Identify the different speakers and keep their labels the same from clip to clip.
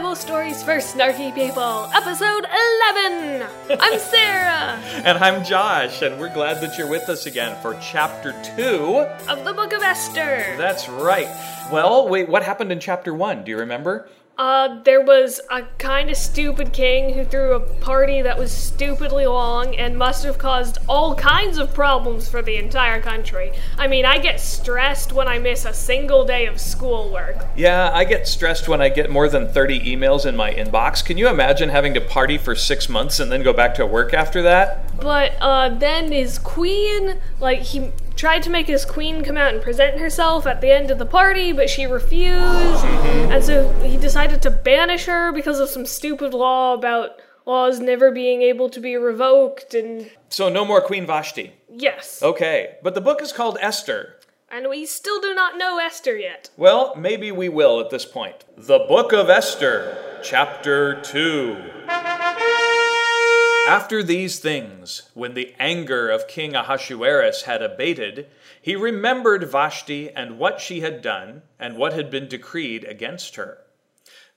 Speaker 1: No Stories for Snarky People, episode 11! I'm Sarah
Speaker 2: And I'm Josh, and we're glad that you're with us again for chapter two.
Speaker 1: of the Book of Esther.
Speaker 2: That's right. Well, wait, what happened in chapter one? Do you remember?
Speaker 1: Uh, there was a kind of stupid king who threw a party that was stupidly long and must have caused all kinds of problems for the entire country. I mean, I get stressed when I miss a single day of schoolwork.
Speaker 2: Yeah, I get stressed when I get more than 30 emails in my inbox. Can you imagine having to party for six months and then go back to work after that?
Speaker 1: But uh, then his queen, like, he tried to make his queen come out and present herself at the end of the party, but she refused. And so he decided to banish her because of some stupid law about laws never being able to be revoked. And
Speaker 2: So, no more Queen Vashti.
Speaker 1: yes.
Speaker 2: Okay, but the book is called Esther.
Speaker 1: And we still do not know Esther yet.
Speaker 2: Well, maybe we will at this point. The Book of Esther, Chapter 2. After these things, when the anger of King Ahasuerus had abated, he remembered Vashti and what she had done and what had been decreed against her.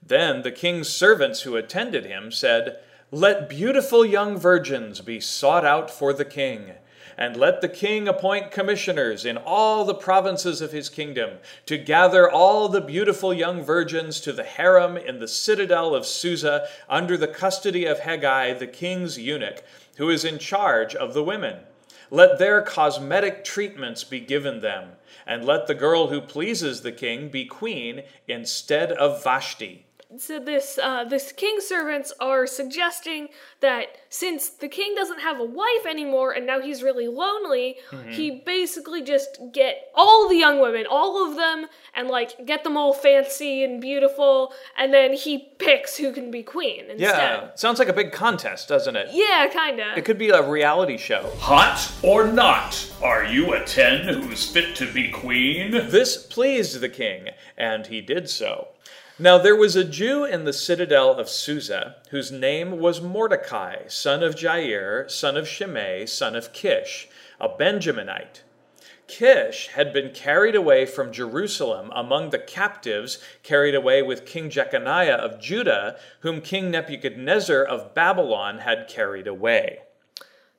Speaker 2: Then the king's servants who attended him said, Let beautiful young virgins be sought out for the king, and let the king appoint commissioners in all the provinces of his kingdom to gather all the beautiful young virgins to the harem in the citadel of Susa under the custody of Hegai, the king's eunuch, who is in charge of the women. Let their cosmetic treatments be given them, and let the girl who pleases the king be queen instead of Vashti.
Speaker 1: So this uh, this king's servants are suggesting that since the king doesn't have a wife anymore and now he's really lonely,
Speaker 2: Mm-hmm.
Speaker 1: he basically just get all the young women, all of them, and like get them all fancy and beautiful, and then he picks who can be queen instead.
Speaker 2: sounds like a big contest, doesn't it?
Speaker 1: yeah, kinda.
Speaker 2: It could be a reality show.
Speaker 3: Hot or not, are you a ten who's fit to be queen?
Speaker 2: This pleased the king, and he did so. Now there was a Jew in the citadel of Susa, whose name was Mordecai, son of Jair, son of Shimei, son of Kish, a Benjaminite. Kish had been carried away from Jerusalem among the captives carried away with King Jeconiah of Judah, whom King Nebuchadnezzar of Babylon had carried away.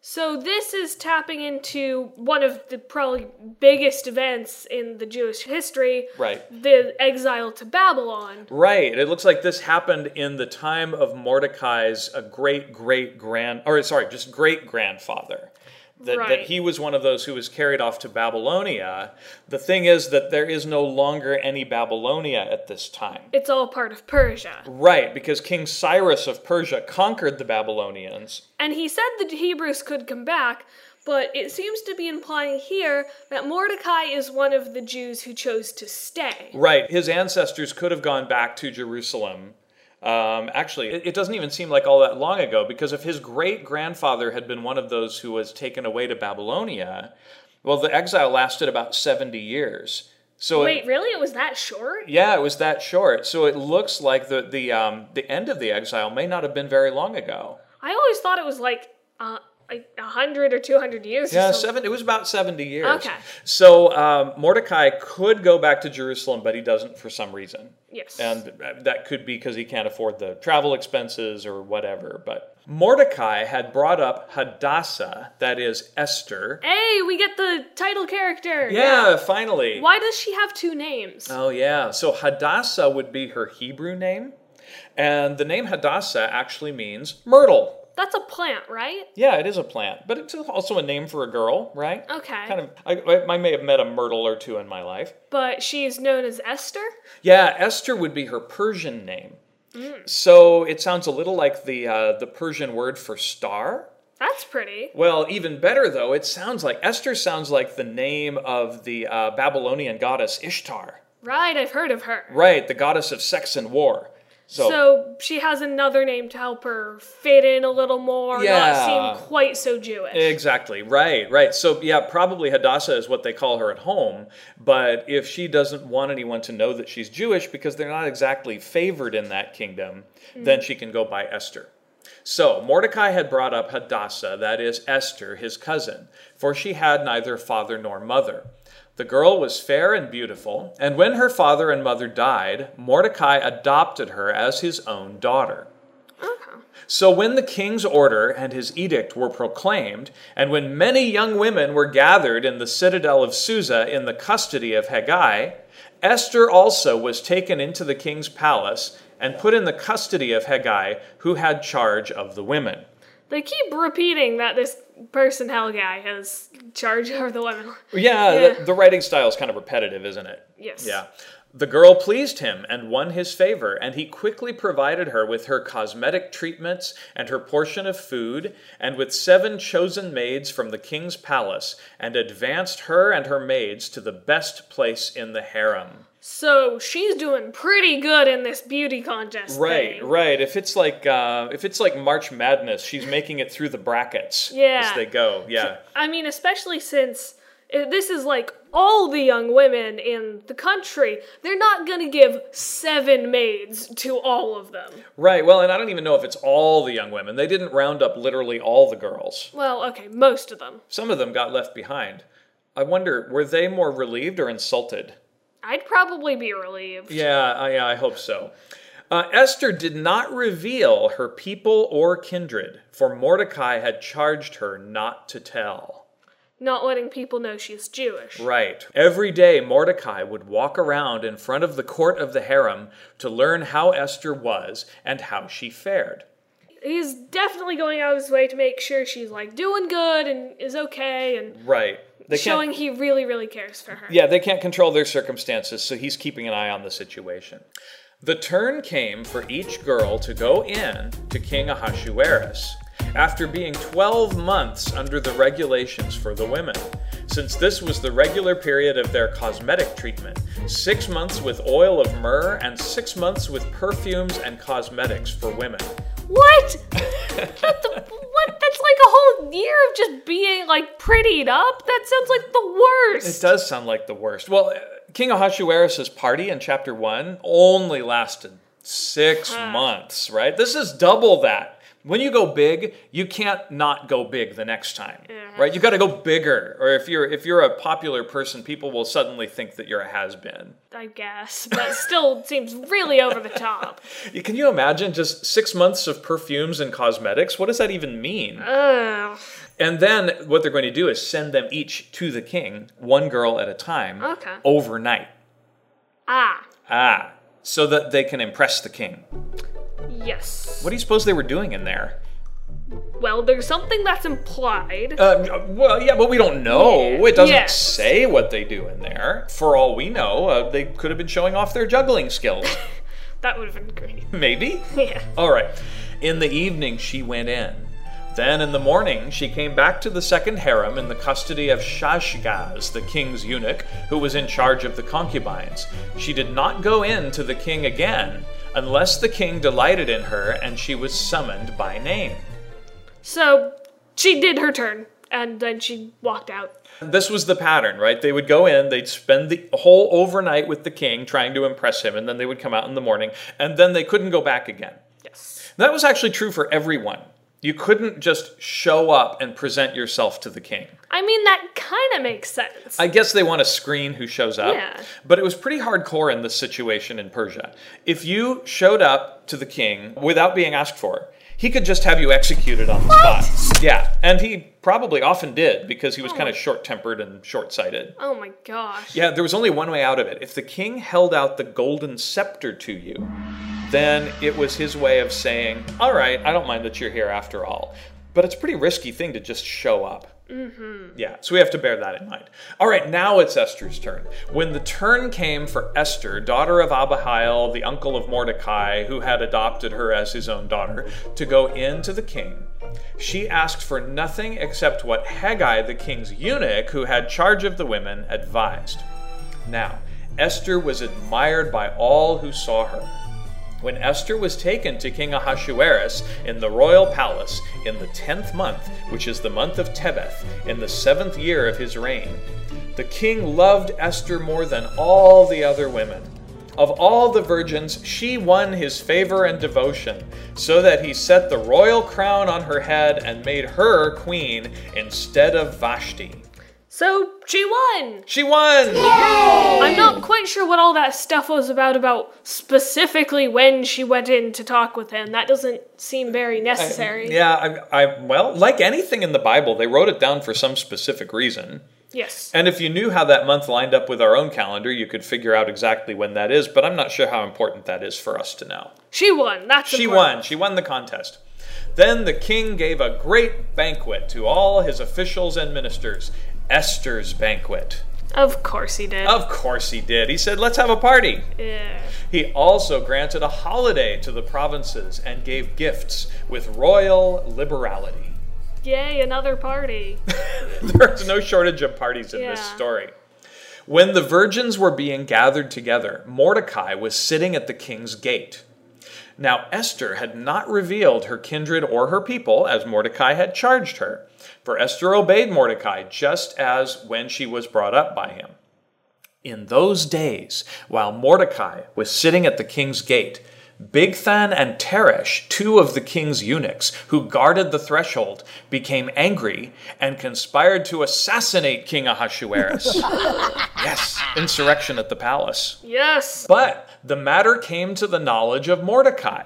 Speaker 1: So this is tapping into one of the probably biggest events in the Jewish history,
Speaker 2: Right.
Speaker 1: The exile to Babylon.
Speaker 2: Right. It looks like this happened in the time of Mordecai's uh, great great grand, or sorry, just great grandfather. That,
Speaker 1: Right.
Speaker 2: that he was one of those who was carried off to Babylonia. The thing is that there is no longer any Babylonia at this time.
Speaker 1: It's all part of Persia.
Speaker 2: Right, because King Cyrus of Persia conquered the Babylonians.
Speaker 1: And he said the Hebrews could come back, but it seems to be implying here that Mordecai is one of the Jews who chose to stay.
Speaker 2: Right, his ancestors could have gone back to Jerusalem. Um, actually, it, it doesn't even seem like all that long ago because if his great grandfather had been one of those who was taken away to Babylonia, well, the exile lasted about 70 years. So, it-
Speaker 1: Wait, really? It was that short?
Speaker 2: yeah, it was that short. So it looks like the, the, um, the end of the exile may not have been very long ago.
Speaker 1: I always thought it was like uh, like a hundred or two hundred years.
Speaker 2: Yeah,
Speaker 1: or something.
Speaker 2: seven. It was about seventy years.
Speaker 1: Okay.
Speaker 2: So um, Mordecai could go back to Jerusalem, but he doesn't for some reason.
Speaker 1: Yes.
Speaker 2: And that could be because he can't afford the travel expenses or whatever. But Mordecai had brought up Hadassah, that is Esther.
Speaker 1: Hey, we get the title character.
Speaker 2: Yeah, finally.
Speaker 1: Why does she have two names?
Speaker 2: Oh, yeah. So Hadassah would be her Hebrew name. And the name Hadassah actually means myrtle.
Speaker 1: That's a plant, right?
Speaker 2: Yeah, it is a plant, but it's also a name for a girl, right?
Speaker 1: Okay.
Speaker 2: Kind of. I, I may have met a myrtle or two in my life.
Speaker 1: But she is known as Esther.
Speaker 2: Yeah, Esther would be her Persian name. So it sounds a little like the uh, the Persian word for star.
Speaker 1: That's pretty.
Speaker 2: Well, even better though, it sounds like Esther sounds like the name of the uh, Babylonian goddess Ishtar,
Speaker 1: Right, I've heard of her.
Speaker 2: right? The goddess of sex and war. So,
Speaker 1: So she has another name to help her fit in a little more,
Speaker 2: Yeah.
Speaker 1: not seem quite so Jewish.
Speaker 2: exactly, right, right. So yeah, probably Hadassah is what they call her at home. But if she doesn't want anyone to know that she's Jewish because they're not exactly favored in that kingdom, then she can go by Esther. So Mordecai had brought up Hadassah, that is, Esther, his cousin, for she had neither father nor mother. The girl was fair and beautiful, and when her father and mother died, Mordecai adopted her as his own daughter. So when the king's order and his edict were proclaimed, and when many young women were gathered in the citadel of Susa in the custody of Haggai, Esther also was taken into the king's palace and put in the custody of Haggai, who had charge of the women.
Speaker 1: They keep repeating that this person, hell guy, has charge over the women.
Speaker 2: Yeah,
Speaker 1: Yeah.
Speaker 2: The, the writing style is kind of repetitive, isn't it?
Speaker 1: Yes.
Speaker 2: Yeah. The girl pleased him and won his favor, and he quickly provided her with her cosmetic treatments and her portion of food, and with seven chosen maids from the king's palace, and advanced her and her maids to the best place in the harem.
Speaker 1: So she's doing pretty good in this beauty contest.
Speaker 2: Right,
Speaker 1: thing.
Speaker 2: right. If it's like uh, if it's like March Madness, she's making it through the brackets
Speaker 1: Yeah.
Speaker 2: as they go. Yeah.
Speaker 1: I mean, especially since uh, this is like all the young women in the country. They're not gonna give seven maids to all of them.
Speaker 2: Right. Well, and I don't even know if it's all the young women. They didn't round up literally all the girls.
Speaker 1: Well, okay, most of them.
Speaker 2: Some of them got left behind. I wonder, were they more relieved or insulted?
Speaker 1: I'd probably be relieved.
Speaker 2: Yeah, I, I hope so. Uh, Esther did not reveal her people or kindred, for Mordecai had charged her not to tell.
Speaker 1: Not letting people know she's Jewish.
Speaker 2: Right. Every day, Mordecai would walk around in front of the court of the harem to learn how Esther was and how she fared.
Speaker 1: He's definitely going out of his way to make sure she's like doing good and is okay and
Speaker 2: Right. They can't-
Speaker 1: showing he really, really cares for her.
Speaker 2: Yeah, they can't control their circumstances, so he's keeping an eye on the situation. The turn came for each girl to go in to King Ahasuerus after being 12 months under the regulations for the women. Since this was the regular period of their cosmetic treatment, six months with oil of myrrh and six months with perfumes and cosmetics for women.
Speaker 1: What? That the, what? That's like a whole year of just being like prettied up. That sounds like the
Speaker 2: It
Speaker 1: worst.
Speaker 2: does sound like the worst. Well, uh, King Ahasuerus's party in chapter one only lasted six months, right? This is double that. When you go big, you can't not go big the next time, right? You got to go bigger, or if you're if you're a popular person, people will suddenly think that you're a has been.
Speaker 1: I guess, but still seems really over the top.
Speaker 2: Can you imagine just six months of perfumes and cosmetics? What does that even mean?
Speaker 1: Uh. Ugh.
Speaker 2: And then what they're going to do is send them each to the king, one girl at a time,
Speaker 1: Okay.
Speaker 2: overnight.
Speaker 1: Ah,
Speaker 2: Ah, so that they can impress the king.
Speaker 1: yes.
Speaker 2: What do you suppose they were doing in there?
Speaker 1: Well, there's something that's implied.
Speaker 2: Uh, well, yeah, but we don't know.
Speaker 1: Yeah.
Speaker 2: It doesn't
Speaker 1: Yes.
Speaker 2: say what they do in there. For all we know, uh, they could have been showing off their juggling skills.
Speaker 1: that would have been great.
Speaker 2: Maybe?
Speaker 1: Yeah.
Speaker 2: All right. In the evening, she went in. Then in the morning, she came back to the second harem in the custody of Shashgaz, the king's eunuch, who was in charge of the concubines. She did not go in to the king again unless the king delighted in her and she was summoned by name.
Speaker 1: So she did her turn, and then she walked out.
Speaker 2: This was the pattern, right? They would go in, they'd spend the whole overnight with the king trying to impress him, and then they would come out in the morning, and then they couldn't go back again.
Speaker 1: Yes.
Speaker 2: That was actually true for everyone. You couldn't just show up and present yourself to the king.
Speaker 1: I mean, that kind of makes sense.
Speaker 2: I guess they want to screen who shows up.
Speaker 1: Yeah.
Speaker 2: But it was pretty hardcore in this situation in Persia. If you showed up to the king without being asked for, he could just have you executed on the spot. Yeah. And he probably often did because he was kind of short tempered and short sighted.
Speaker 1: oh my gosh.
Speaker 2: Yeah, there was only one way out of it. If the king held out the golden scepter to you, then it was his way of saying, All right, I don't mind that you're here after all. But it's a pretty risky thing to just show up. Yeah, so we have to bear that in mind. All right, now it's Esther's turn. When the turn came for Esther, daughter of Abihail, the uncle of Mordecai, who had adopted her as his own daughter, to go in to the king, she asked for nothing except what Haggai, the king's eunuch, who had charge of the women, advised. Now, Esther was admired by all who saw her. When Esther was taken to King Ahasuerus in the royal palace in the tenth month, which is the month of Tebeth, in the seventh year of his reign, the king loved Esther more than all the other women. Of all the virgins, she won his favor and devotion, so that he set the royal crown on her head and made her queen instead of Vashti.
Speaker 1: So she won.
Speaker 2: She won!
Speaker 1: I'm not quite sure what all that stuff was about about specifically when she went in to talk with him. That doesn't seem very necessary.
Speaker 2: Yeah, I, I, well, like anything in the Bible, they wrote it down for some specific reason.
Speaker 1: Yes.
Speaker 2: And if you knew how that month lined up with our own calendar, you could figure out exactly when that is, but I'm not sure how important that is for us to know.
Speaker 1: She won. That's
Speaker 2: She
Speaker 1: important.
Speaker 2: won. She won the contest. Then the king gave a great banquet to all his officials and ministers. Esther's banquet.
Speaker 1: Of course he did.
Speaker 2: Of course he did. He said, let's have a party.
Speaker 1: yeah.
Speaker 2: He also granted a holiday to the provinces and gave gifts with royal liberality.
Speaker 1: Yay, another party.
Speaker 2: There's no shortage of parties in this
Speaker 1: Yeah.
Speaker 2: story. When the virgins were being gathered together, Mordecai was sitting at the king's gate. Now, Esther had not revealed her kindred or her people, as Mordecai had charged her, for Esther obeyed Mordecai just as when she was brought up by him. In those days, while Mordecai was sitting at the king's gate, Bigthan and Teresh, two of the king's eunuchs who guarded the threshold, became angry and conspired to assassinate King Ahasuerus. yes, insurrection at the palace.
Speaker 1: Yes.
Speaker 2: But the matter came to the knowledge of Mordecai.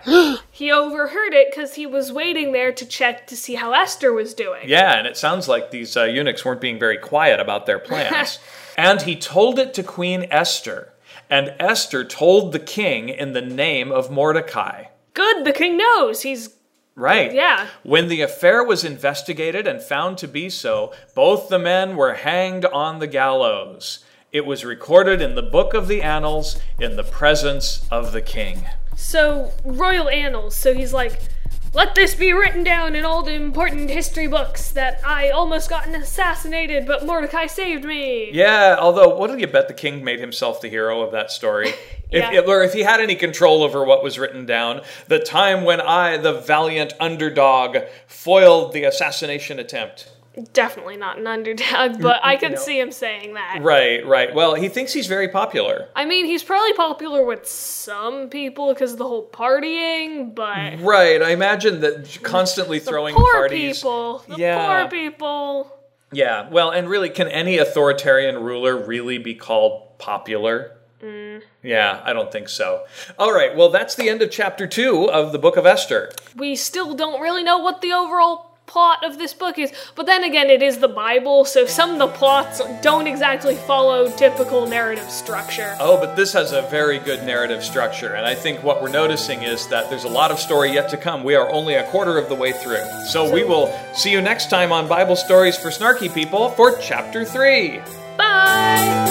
Speaker 1: He overheard it because he was waiting there to check to see how Esther was doing.
Speaker 2: Yeah, and it sounds like these uh, eunuchs weren't being very quiet about their plans. and he told it to Queen Esther, and Esther told the king in the name of Mordecai.
Speaker 1: Good, the king knows. He's.
Speaker 2: Right.
Speaker 1: Yeah.
Speaker 2: When the affair was investigated and found to be so, both the men were hanged on the gallows. It was recorded in the book of the annals in the presence of the king.
Speaker 1: So, royal annals. So he's like, let this be written down in all the important history books that I almost got assassinated, but Mordecai saved me.
Speaker 2: Yeah, although, what do you bet the king made himself the hero of that story?
Speaker 1: Yeah.
Speaker 2: if, or if he had any control over what was written down, the time when I, the valiant underdog, foiled the assassination attempt.
Speaker 1: Definitely not an underdog, but I could see him saying that.
Speaker 2: Right, right. Well, he thinks he's very popular.
Speaker 1: I mean, he's probably popular with some people because of the whole partying, but
Speaker 2: Right, I imagine that constantly Mm-hmm. throwing
Speaker 1: poor
Speaker 2: parties.
Speaker 1: people, the
Speaker 2: Yeah.
Speaker 1: poor people.
Speaker 2: Yeah, well, and really, can any authoritarian ruler really be called popular? Yeah, I don't think so. All right, well, that's the end of chapter two of the book of Esther.
Speaker 1: We still don't really know what the overall plot of this book is, but then again, it is the Bible, so some of the plots don't exactly follow typical narrative structure.
Speaker 2: Oh, but this has a very good narrative structure, and I think what we're noticing is that there's a lot of story yet to come. We are only a quarter of the way through. So we will see you next time on Bible Stories for Snarky People for chapter three.
Speaker 1: Bye!